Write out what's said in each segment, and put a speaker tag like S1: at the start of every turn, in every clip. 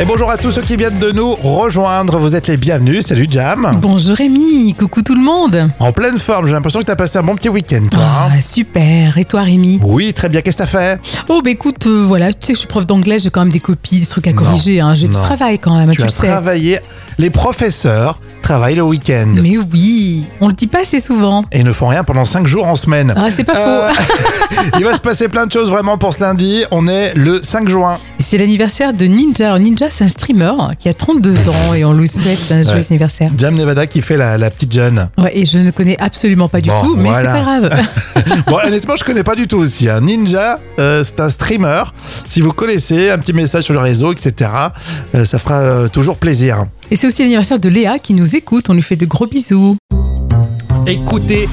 S1: Et bonjour à tous ceux qui viennent de nous rejoindre. Vous êtes les bienvenus. Salut Jam.
S2: Bonjour Rémi, coucou tout le monde.
S1: En pleine forme, j'ai l'impression que t'as passé un bon petit week-end, toi. hein.
S2: Ah, super. Et toi Rémi
S1: Oui, très bien. Qu'est-ce que t'as fait
S2: Oh bah écoute, euh, voilà, tu sais que je suis prof d'anglais, j'ai quand même des copies, des trucs à
S1: Non,
S2: corriger, hein. j'ai du
S1: non.
S2: travail quand même, tu,
S1: Tu
S2: le
S1: as
S2: sais.
S1: travaillé. Les professeurs travaillent le week-end
S2: Mais oui, on le dit pas assez souvent.
S1: et ne font rien pendant 5 jours en semaine.
S2: Ah, c'est pas
S1: Euh,
S2: faux.
S1: il va se passer plein de choses vraiment pour ce lundi. On est le 5 juin.
S2: C'est l'anniversaire de Ninja. Alors Ninja, c'est un streamer qui a 32 ans et on lui souhaite un joyeux
S1: Ouais.
S2: anniversaire.
S1: Jam Nevada qui fait la, la petite jeune.
S2: Ouais, et je ne connais absolument pas du
S1: Bon,
S2: tout, mais c'est
S1: voilà.
S2: pas grave.
S1: Bon, honnêtement, je connais pas du tout aussi. hein. Ninja, euh, c'est un streamer. Si vous connaissez, un petit message sur le réseau, etc. euh, ça fera euh, toujours plaisir.
S2: Et c'est aussi l'anniversaire de Léa qui nous écoute, on lui fait de gros bisous.
S1: Écoutez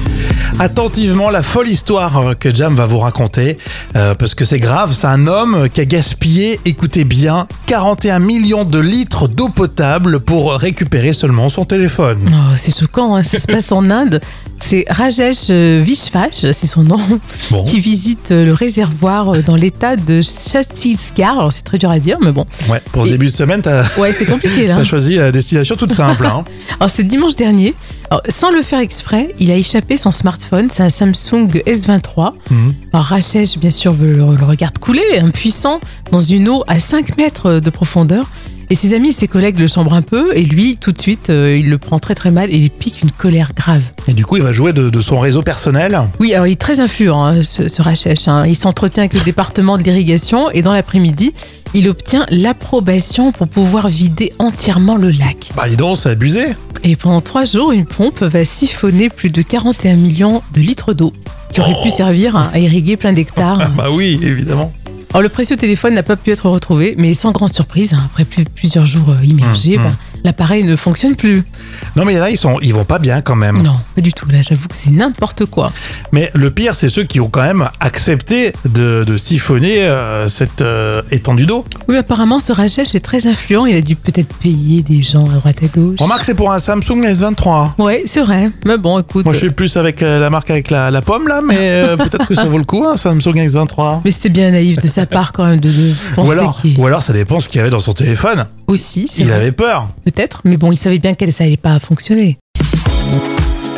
S1: attentivement la folle histoire euh, que Jam va vous raconter, euh, parce que c'est grave, c'est un homme qui a gaspillé, écoutez bien, 41 millions de litres d'eau potable pour récupérer seulement son téléphone.
S2: Oh, c'est choquant, hein, ça se passe en Inde. C'est Rajesh euh, Vishvash, c'est son nom,
S1: Bon.
S2: qui visite euh, le réservoir euh, dans l'état de Chhattisgarh. Alors c'est très dur à dire, mais bon.
S1: Ouais, pour ce
S2: Et-
S1: début de semaine, t'as
S2: Ouais, c'est compliqué là.
S1: t'as choisi la destination toute simple. hein.
S2: Alors c'est dimanche dernier. Alors, sans le faire exprès, il a échappé son smartphone, c'est un Samsung S23.
S1: Mhm.
S2: Alors Rajesh, bien sûr, le, le regarde couler, impuissant, dans une eau à 5 mètres de profondeur. Et ses amis et ses collègues le chambrent un peu, et lui, tout de suite, euh, il le prend très très mal et il pique une colère grave.
S1: Et du coup, il va jouer de, de son réseau personnel.
S2: Oui, alors il est très influent, hein, ce, ce Rachesh. hein. Il s'entretient avec le département de l'irrigation et dans l'après-midi, il obtient l'approbation pour pouvoir vider entièrement le lac.
S1: Bah, dis donc, c'est abusé.
S2: Et pendant trois jours, une pompe va siphonner plus de 41 millions de litres d'eau qui aurait
S1: Oh.
S2: pu servir hein, à irriguer plein d'hectares.
S1: Bah oui, évidemment.
S2: Alors le précieux téléphone n'a pas pu être retrouvé, mais sans grande surprise, hein, après plus- plusieurs jours euh, immergés,
S1: Hum,
S2: bah,
S1: hum.
S2: l'appareil ne fonctionne plus.
S1: Non, mais il y en a, ils, sont, ils vont pas bien quand même.
S2: Non, pas du tout. Là, j'avoue que c'est n'importe quoi.
S1: Mais le pire, c'est ceux qui ont quand même accepté de, de siphonner euh, cette euh, étendue d'eau.
S2: Oui, apparemment, ce Rachesh est très influent. Il a dû peut-être payer des gens à droite à gauche.
S1: Remarque, c'est pour un Samsung S23.
S2: Ouais, c'est vrai. Mais bon, écoute.
S1: Moi, je suis plus avec euh, la marque avec la, la pomme, là, mais euh, peut-être que ça vaut le coup, un Samsung S23.
S2: Mais c'était bien naïf de sa part quand même de, de
S1: Ou
S2: penser
S1: alors,
S2: qu'il
S1: ou alors, ça dépend ce qu'il y avait dans son téléphone.
S2: aussi, c'est
S1: Il
S2: vrai,
S1: avait peur.
S2: peut-être. Mais bon, il savait bien qu'elle ça allait pas fonctionner.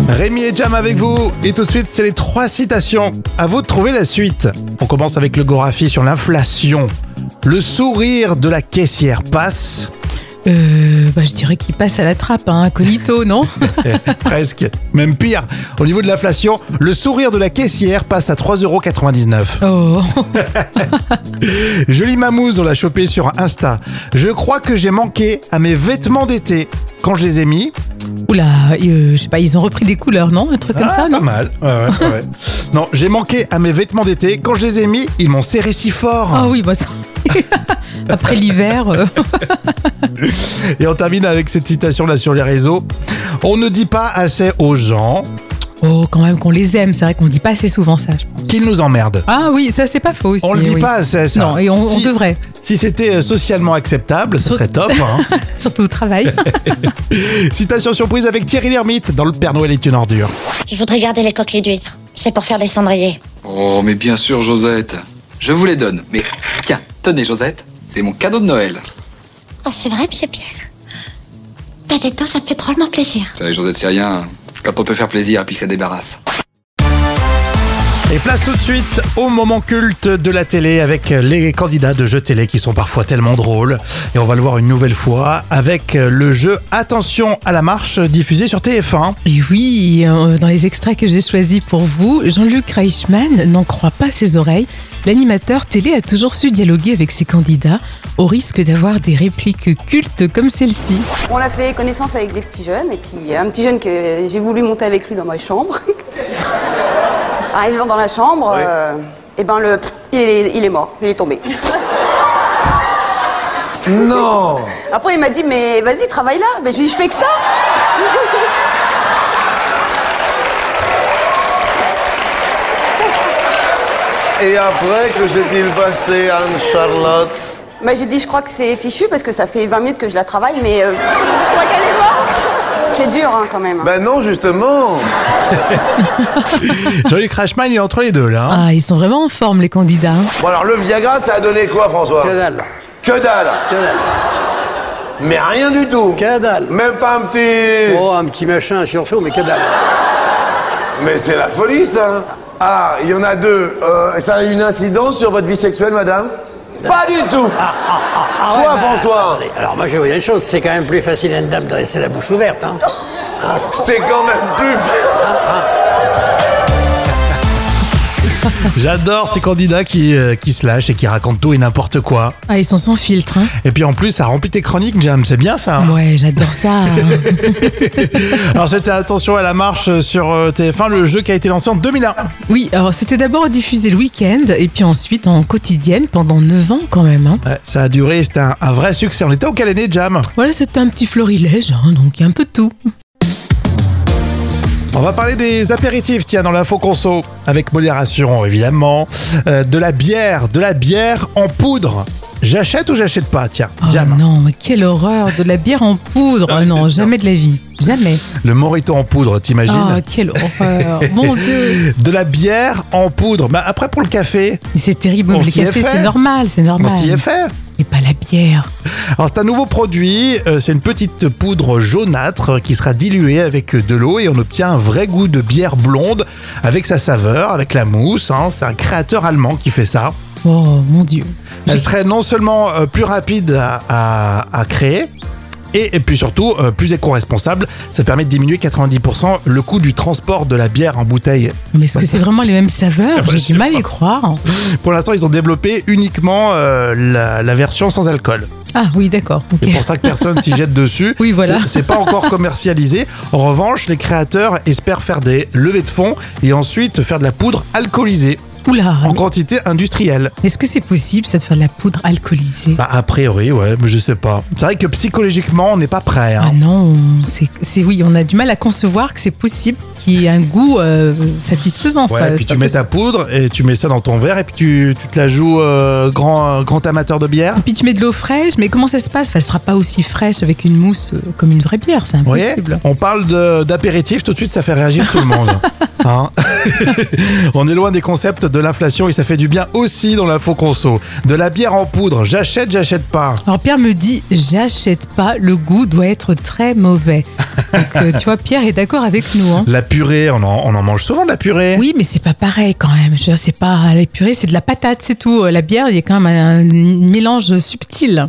S1: Rémi et Jam avec vous. Et tout de suite, c'est les trois citations. À vous de trouver la suite. On commence avec le Gorafi sur l'inflation. Le sourire de la caissière passe.
S2: Euh, bah, je dirais qu'il passe à la trappe, hein, incognito, non
S1: Presque. Même pire. Au niveau de l'inflation, le sourire de la caissière passe à 3,99€.
S2: Oh,
S1: Jolie Mamouze, on l'a chopé sur Insta. Je crois que j'ai manqué à mes vêtements d'été. Quand je les ai mis,
S2: oula, euh, je sais pas, ils ont repris des couleurs, non Un truc comme
S1: Ah,
S2: ça,
S1: pas
S2: non
S1: mal. Ouais, ouais, ouais. non, j'ai manqué à mes vêtements d'été. Quand je les ai mis, ils m'ont serré si fort.
S2: Ah oui, bah ça- Après l'hiver, euh,
S1: Et on termine avec cette citation là sur les réseaux. On ne dit pas assez aux gens
S2: oh, quand même qu'on les aime, c'est vrai qu'on dit pas assez souvent ça. je pense.
S1: qu'ils nous emmerdent.
S2: Ah oui, ça c'est pas faux aussi.
S1: On le dit
S2: oui.
S1: pas assez ça.
S2: Non, et on, on
S1: si,
S2: devrait,
S1: Si c'était euh, socialement acceptable, ce
S2: So-
S1: serait top. hein.
S2: surtout au travail.
S1: Citation surprise avec Thierry Lhermitte dans Le Père Noël est une ordure.
S3: Je voudrais garder les coquilles d'huîtres. C'est pour faire des cendriers.
S4: Oh, mais bien sûr, Josette. Je vous les donne. Mais tiens, tenez, Josette, c'est mon cadeau de Noël.
S3: Ah, c'est vrai, monsieur Pierre Pas des temps, ça me fait drôlement plaisir.
S4: Vous savez, Josette, c'est rien. Quand on peut faire plaisir, puis que ça débarrasse.
S1: Et place tout de suite au moment culte de la télé avec les candidats de jeux télé qui sont parfois tellement drôles. Et on va le voir une nouvelle fois avec le jeu Attention à la marche diffusé sur TF1.
S2: Et oui, euh, dans les extraits que j'ai choisis pour vous, Jean-Luc Reichmann n'en croit pas ses oreilles. L'animateur télé a toujours su dialoguer avec ses candidats au risque d'avoir des répliques cultes comme celle-ci.
S5: On a fait connaissance avec des petits jeunes, et puis euh, un petit jeune que j'ai voulu monter avec lui dans ma chambre. Arrivant dans la chambre, et ben le pff, il, est, il est mort, il est tombé.
S1: Non
S5: Après il m'a dit mais vas-y travaille là, mais j'ai dit je fais que ça.
S6: Et après, que s'est-il passé, Anne-Charlotte
S5: Bah, j'ai dit je crois que c'est fichu parce que ça fait 20 minutes que je la travaille, mais euh, je crois qu'elle est morte. C'est dur hein, quand même.
S6: Ben non, justement
S1: Jean-Luc Reichmann, il est entre les deux là. hein.
S2: Ah, ils sont vraiment en forme les candidats. hein.
S6: Bon alors, le Viagra, ça a donné quoi, François Que dalle Que dalle Mais rien du tout.
S7: Que dalle.
S6: Même pas un petit.
S7: Oh, un petit machin, un surchaud, mais que dalle.
S6: Mais c'est la folie, ça. Ah, il y en a deux. Euh, ça a eu une incidence sur votre vie sexuelle, madame
S7: Ah,
S6: Pas du tout. Toi,
S7: ouais, bah,
S6: François.
S7: attendez, alors moi, je vais vous dire une chose, c'est quand même plus facile à une dame de rester la bouche ouverte. Hein.
S6: C'est quand même plus.
S1: J'adore ces candidats qui, euh, qui se lâchent et qui racontent tout et n'importe quoi.
S2: Ah, ils sont sans filtre. Hein.
S1: Et puis en plus, ça remplit tes chroniques, Jam, c'est bien ça. hein.
S2: Ouais, j'adore ça.
S1: Alors c'était Attention à la marche sur euh, TF1, le jeu qui a été lancé en 2001.
S2: oui, alors c'était d'abord diffusé le week-end et puis ensuite en quotidienne pendant 9 ans quand même. hein.
S1: Ouais, ça a duré, c'était un, un vrai succès. On était au quelle année, Jam
S2: Voilà, c'était un petit florilège, hein, donc il y a un peu de tout.
S1: On va parler des apéritifs, tiens, dans l'info conso, avec modération évidemment, Euh, de la bière, de la bière en poudre. J'achète ou j'achète pas, tiens,
S2: Oh
S1: Jam.
S2: non, mais quelle horreur, de la bière en poudre. Ah non, jamais de la vie. Jamais.
S1: Le morito en poudre,
S2: Oh,
S1: t'imagines
S2: quelle horreur. Mon Dieu.
S1: De la bière en poudre. Bah, après pour le café,
S2: Mais C'est terrible.
S1: On
S2: mais le
S1: s'y est
S2: café,
S1: fait.
S2: c'est normal, c'est normal.
S1: on s'y est fait.
S2: Mais pas la bière.
S1: Alors c'est un nouveau produit, euh, c'est une petite poudre jaunâtre euh, qui sera diluée avec euh, de l'eau et on obtient un vrai goût de bière blonde avec sa saveur, avec la mousse. hein. C'est un créateur allemand qui fait ça.
S2: Oh mon Dieu.
S1: Elle
S2: J'ai-
S1: serait non seulement euh, plus rapide à, à- à créer, et, et puis surtout euh, plus éco-responsable. Ça permet de diminuer 90% le coût du transport de la bière en bouteille.
S2: Mais est-ce que c'est vraiment les mêmes saveurs
S1: bah, je
S2: J'ai
S1: sais
S2: du mal à y croire.
S1: Pour l'instant, ils ont développé uniquement euh, la, la version sans alcool.
S2: Ah oui, d'accord. ok.
S1: C'est pour ça que personne s'y jette dessus.
S2: Oui, voilà.
S1: C'est- C'est pas encore commercialisé. En revanche, les créateurs espèrent faire des levées de fonds et ensuite faire de la poudre alcoolisée
S2: Oula.
S1: en quantité industrielle.
S2: mais Est-ce que c'est possible ça de faire de la poudre alcoolisée
S1: Bah, a priori, ouais, mais je sais pas. C'est vrai que psychologiquement, on n'est pas prêt. hein.
S2: Ah non, c'est c'est- oui, on a du mal à concevoir que c'est possible qu'il y ait un goût euh, satisfaisant. c'est
S1: Ouais,
S2: pas-
S1: et puis
S2: c'est
S1: tu
S2: pas
S1: mets
S2: possible.
S1: ta poudre et tu mets ça dans ton verre et puis tu, tu te la joues euh, grand, euh, grand amateur de bière.
S2: Puis tu mets de l'eau fraîche, mais comment ça se passe enfin, Elle sera pas aussi fraîche avec une mousse euh, comme une vraie bière, c'est
S1: Vous voyez
S2: impossible.
S1: On parle de- d'apéritif, tout de suite ça fait réagir tout le monde. Hein On est loin des concepts de l'inflation et ça fait du bien aussi dans l'info conso. De la bière en poudre, j'achète, j'achète pas.
S2: Alors Pierre me dit, j'achète pas, le goût doit être très mauvais. Donc euh, tu vois, Pierre est d'accord avec nous. Hein.
S1: La purée, on en, on en mange souvent de la purée.
S2: Oui, mais c'est pas pareil quand même. Je veux dire, c'est pas la purée, c'est de la patate, c'est tout. Euh, La bière, il y a quand même un mélange subtil.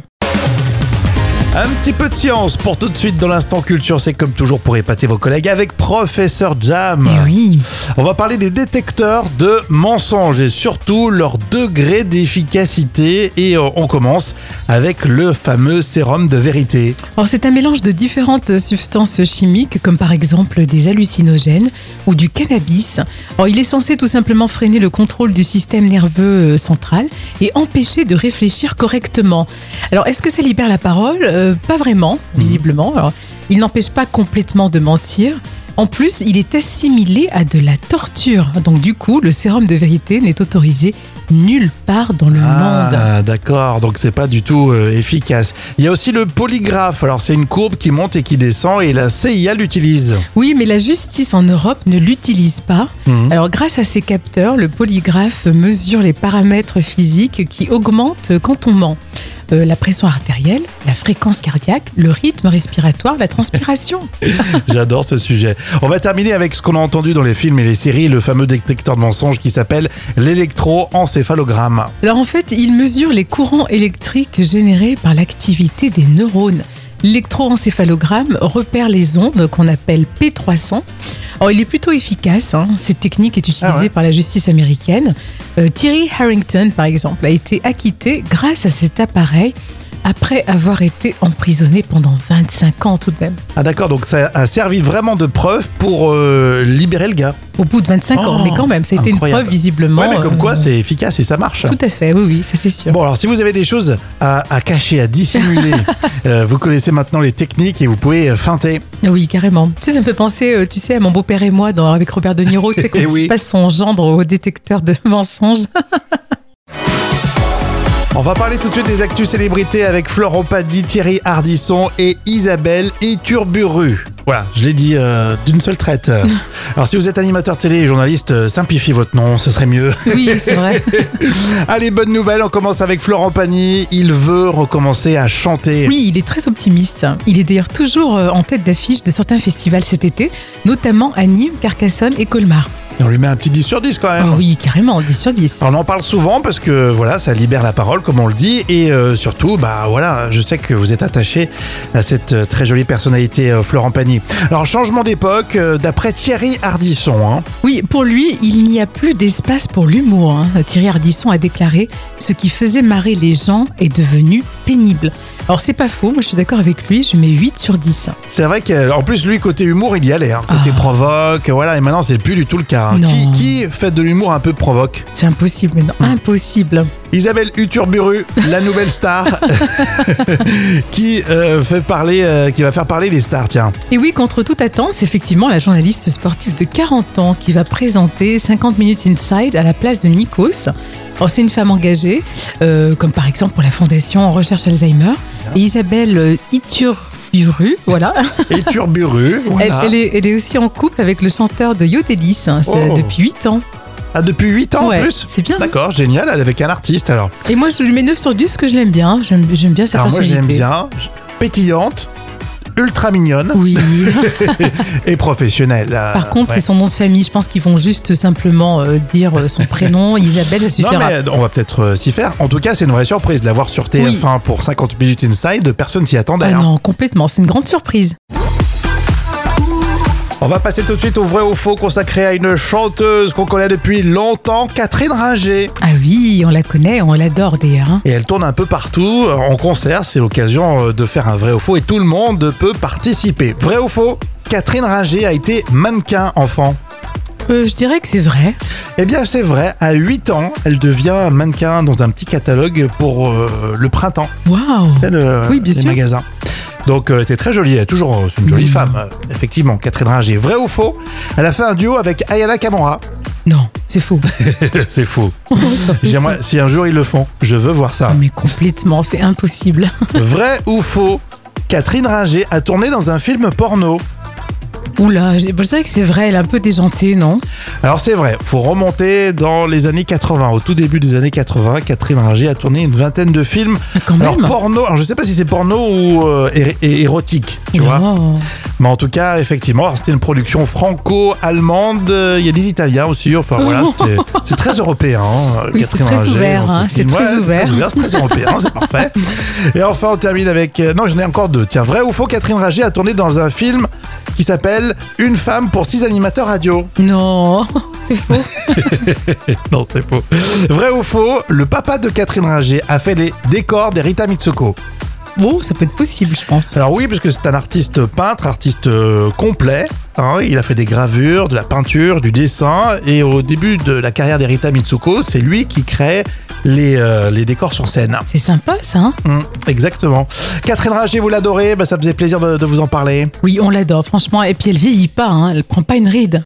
S1: Un petit peu de science pour tout de suite dans l'instant culture, c'est comme toujours pour épater vos collègues avec Professeur Jam.
S2: Eh oui.
S1: On va parler des détecteurs de mensonges et surtout leur degré d'efficacité. Et euh, on commence avec le fameux sérum de vérité.
S2: Alors c'est un mélange de différentes substances chimiques, comme par exemple des hallucinogènes ou du cannabis. Alors, il est censé tout simplement freiner le contrôle du système nerveux euh, central et empêcher de réfléchir correctement. Alors est-ce que ça libère la parole Euh, Pas vraiment, visiblement. Alors, il n'empêche pas complètement de mentir. En plus, il est assimilé à de la torture. Donc du coup, le sérum de vérité n'est autorisé nulle part dans le monde.
S1: Ah, d'accord, donc c'est pas du tout euh, efficace. Il y a aussi le polygraphe. Alors, c'est une courbe qui monte et qui descend et la CIA l'utilise.
S2: Oui, mais la justice en Europe ne l'utilise pas.
S1: Mhm.
S2: Alors, grâce à ces capteurs, le polygraphe mesure les paramètres physiques qui augmentent quand on ment. Euh, la pression artérielle, la fréquence cardiaque, le rythme respiratoire, la transpiration.
S1: J'adore ce sujet. On va terminer avec ce qu'on a entendu dans les films et les séries, le fameux détecteur de mensonges qui s'appelle l'électroencéphalogramme.
S2: Alors en fait, il mesure les courants électriques générés par l'activité des neurones. L'électroencéphalogramme repère les ondes qu'on appelle P300. Alors, Oh, il est plutôt efficace, hein. cette technique est utilisée
S1: Ah ouais.
S2: par la justice américaine. Euh, Thierry Harrington, par exemple, a été acquitté grâce à cet appareil après avoir été emprisonné pendant 25 ans tout de même.
S1: Ah, d'accord, donc ça a servi vraiment de preuve pour euh, libérer le gars.
S2: Au bout de 25
S1: Oh,
S2: ans, mais quand même, ça a été
S1: incroyable.
S2: une preuve visiblement.
S1: Ouais, mais comme quoi,
S2: euh,
S1: c'est efficace et ça marche.
S2: Tout à fait, oui, oui, ça c'est sûr.
S1: Bon, alors si vous avez des choses à, à cacher, à dissimuler, euh, vous connaissez maintenant les techniques et vous pouvez euh, feinter.
S2: Oui, carrément. Tu sais, ça me fait penser, euh, tu sais, à mon beau-père et moi dans, avec Robert De Niro, c'est quand
S1: Eh
S2: il
S1: oui.
S2: passe son gendre au détecteur de mensonges.
S1: On va parler tout de suite des actus célébrités avec Florent Paddy, Thierry Hardisson et Isabelle Iturburu. Voilà, je l'ai dit euh, d'une seule traite. Alors si vous êtes animateur télé et journaliste, euh, simplifiez votre nom, ce serait mieux.
S2: Oui, c'est vrai.
S1: Allez, bonne nouvelle, on commence avec Florent Pagny. Il veut recommencer à chanter.
S2: Oui, il est très optimiste. Il est d'ailleurs toujours euh, en tête d'affiche de certains festivals cet été, notamment à Nîmes, Carcassonne et Colmar.
S1: On lui met un petit 10 sur 10 quand même.
S2: Ah oui, carrément, 10 sur 10.
S1: On en parle souvent parce que voilà, ça libère la parole, comme on le dit, et euh, surtout, bah voilà, je sais que vous êtes attaché à cette euh, très jolie personnalité, euh, Florent Pagny. Alors changement d'époque, euh, d'après Thierry Hardisson, hein.
S2: Oui, pour lui, il n'y a plus d'espace pour l'humour. hein. Thierry Ardisson a déclaré Ce qui faisait marrer les gens est devenu pénible. Alors, c'est pas faux, moi je suis d'accord avec lui, je mets 8 sur 10.
S1: c'est vrai qu'en plus lui côté humour, il y allait, hein, côté
S2: Ah.
S1: provoque, voilà, et maintenant c'est plus du tout le cas. hein.
S2: Non.
S1: Qui, qui fait de l'humour un peu provoque
S2: C'est impossible maintenant, impossible.
S1: Isabelle Uturburu, la nouvelle star, qui euh, fait parler, euh, qui va faire parler les stars, tiens.
S2: Et oui, contre toute attente, c'est effectivement la journaliste sportive de 40 ans qui va présenter 50 Minutes Inside à la place de Nikos. Alors, c'est une femme engagée, euh, comme par exemple pour la Fondation en Recherche Alzheimer. Et Isabelle euh, Iturburu, voilà.
S1: Et Turburu,
S2: Elle,
S1: voilà.
S2: elle est, elle est aussi en couple avec le chanteur de Yodelis hein, c'est
S1: Oh.
S2: depuis 8 ans.
S1: Ah, depuis 8 ans en
S2: Ouais,
S1: plus
S2: c'est bien, hein.
S1: D'accord, génial, elle est avec un artiste alors.
S2: Et moi, je lui mets 9 sur 10 parce que je l'aime bien. J'aime j'aime bien sa
S1: Alors moi, je l'aime
S2: personnalité.
S1: bien, pétillante, ultra mignonne
S2: Oui.
S1: et professionnelle. euh,
S2: Par contre,
S1: ouais.
S2: c'est son nom de famille. Je pense qu'ils vont juste simplement euh, dire euh, son prénom. Isabelle, ça
S1: Non
S2: suffira.
S1: mais on va peut-être euh, s'y faire. En tout cas, c'est une vraie surprise de l'avoir sur TF1 pour 50 minutes inside. Personne s'y attendait.
S2: Ah
S1: hein.
S2: non, complètement. C'est une grande surprise.
S1: On va passer tout de suite au vrai ou faux consacré à une chanteuse qu'on connaît depuis longtemps, Catherine Ringer.
S2: Ah oui, on la connaît, on l'adore d'ailleurs. hein.
S1: Et elle tourne un peu partout euh, en concert. C'est l'occasion euh, de faire un vrai ou faux et tout le monde peut participer. Vrai ou faux Catherine Ringer a été mannequin enfant.
S2: Euh, je dirais que c'est vrai.
S1: Eh bien, c'est vrai, à 8 ans, elle devient mannequin dans un petit catalogue pour euh, le printemps,
S2: Waouh.
S1: c'est le,
S2: Oui, bien
S1: les
S2: sûr.
S1: magasins. Donc, euh, elle était très jolie, elle est toujours euh, c'est une jolie
S2: Mm.
S1: femme, euh, effectivement. Catherine Ringer, vrai ou faux Elle a fait un duo avec Ayana Kamura.
S2: Non, c'est faux.
S1: c'est faux.
S2: C'est pas
S1: J'aimerais,
S2: possible.
S1: si un jour ils le font, je veux voir ça.
S2: Ah, Mais complètement, c'est impossible.
S1: vrai ou faux Catherine Ringer a tourné dans un film porno.
S2: Oula, j'ai- bon, je dirais que c'est vrai, elle est un peu déjantée, non
S1: Alors c'est vrai, faut remonter dans les années 80. Au tout début des années 80, Catherine Ringer a tourné une vingtaine de films.
S2: Ah, Quand
S1: Alors
S2: même.
S1: porno, alors je sais pas si c'est porno ou euh, é- é- érotique, tu vois.
S2: Non.
S1: Mais en tout cas, effectivement, alors, c'était une production franco-allemande. euh, Il y a des Italiens aussi. Enfin voilà, c'était- c'est très européen. hein,
S2: Oui, c'est
S1: Catherine
S2: très
S1: Ringer,
S2: ouvert,
S1: dans ce
S2: hein,
S1: film.
S2: c'est très
S1: Ouais, c'est
S2: ouvert.
S1: C'est très européen, c'est parfait. Et enfin, on termine avec euh, non, j'en ai encore deux. Tiens, vrai ou faux, Catherine Ringer a tourné dans un film qui s'appelle Une femme pour six animateurs radio.
S2: Non, c'est faux.
S1: Non, c'est faux. Vrai ou faux, le papa de Catherine Ringer a fait les décors des Rita Mitsuko.
S2: Bon, Oh, ça peut être possible, je pense.
S1: Alors oui, parce que c'est un artiste peintre, artiste euh, complet. hein. il a fait des gravures, de la peinture, du dessin. Et au début de la carrière d'Erita Mitsuko, c'est lui qui crée les, euh, les décors sur scène.
S2: C'est sympa, ça. hein
S1: Hum, exactement. Catherine Ringer, vous l'adorez, bah, ça me faisait plaisir de, de vous en parler.
S2: oui, on l'adore, franchement. Et puis elle vieillit pas, hein, elle prend pas une ride.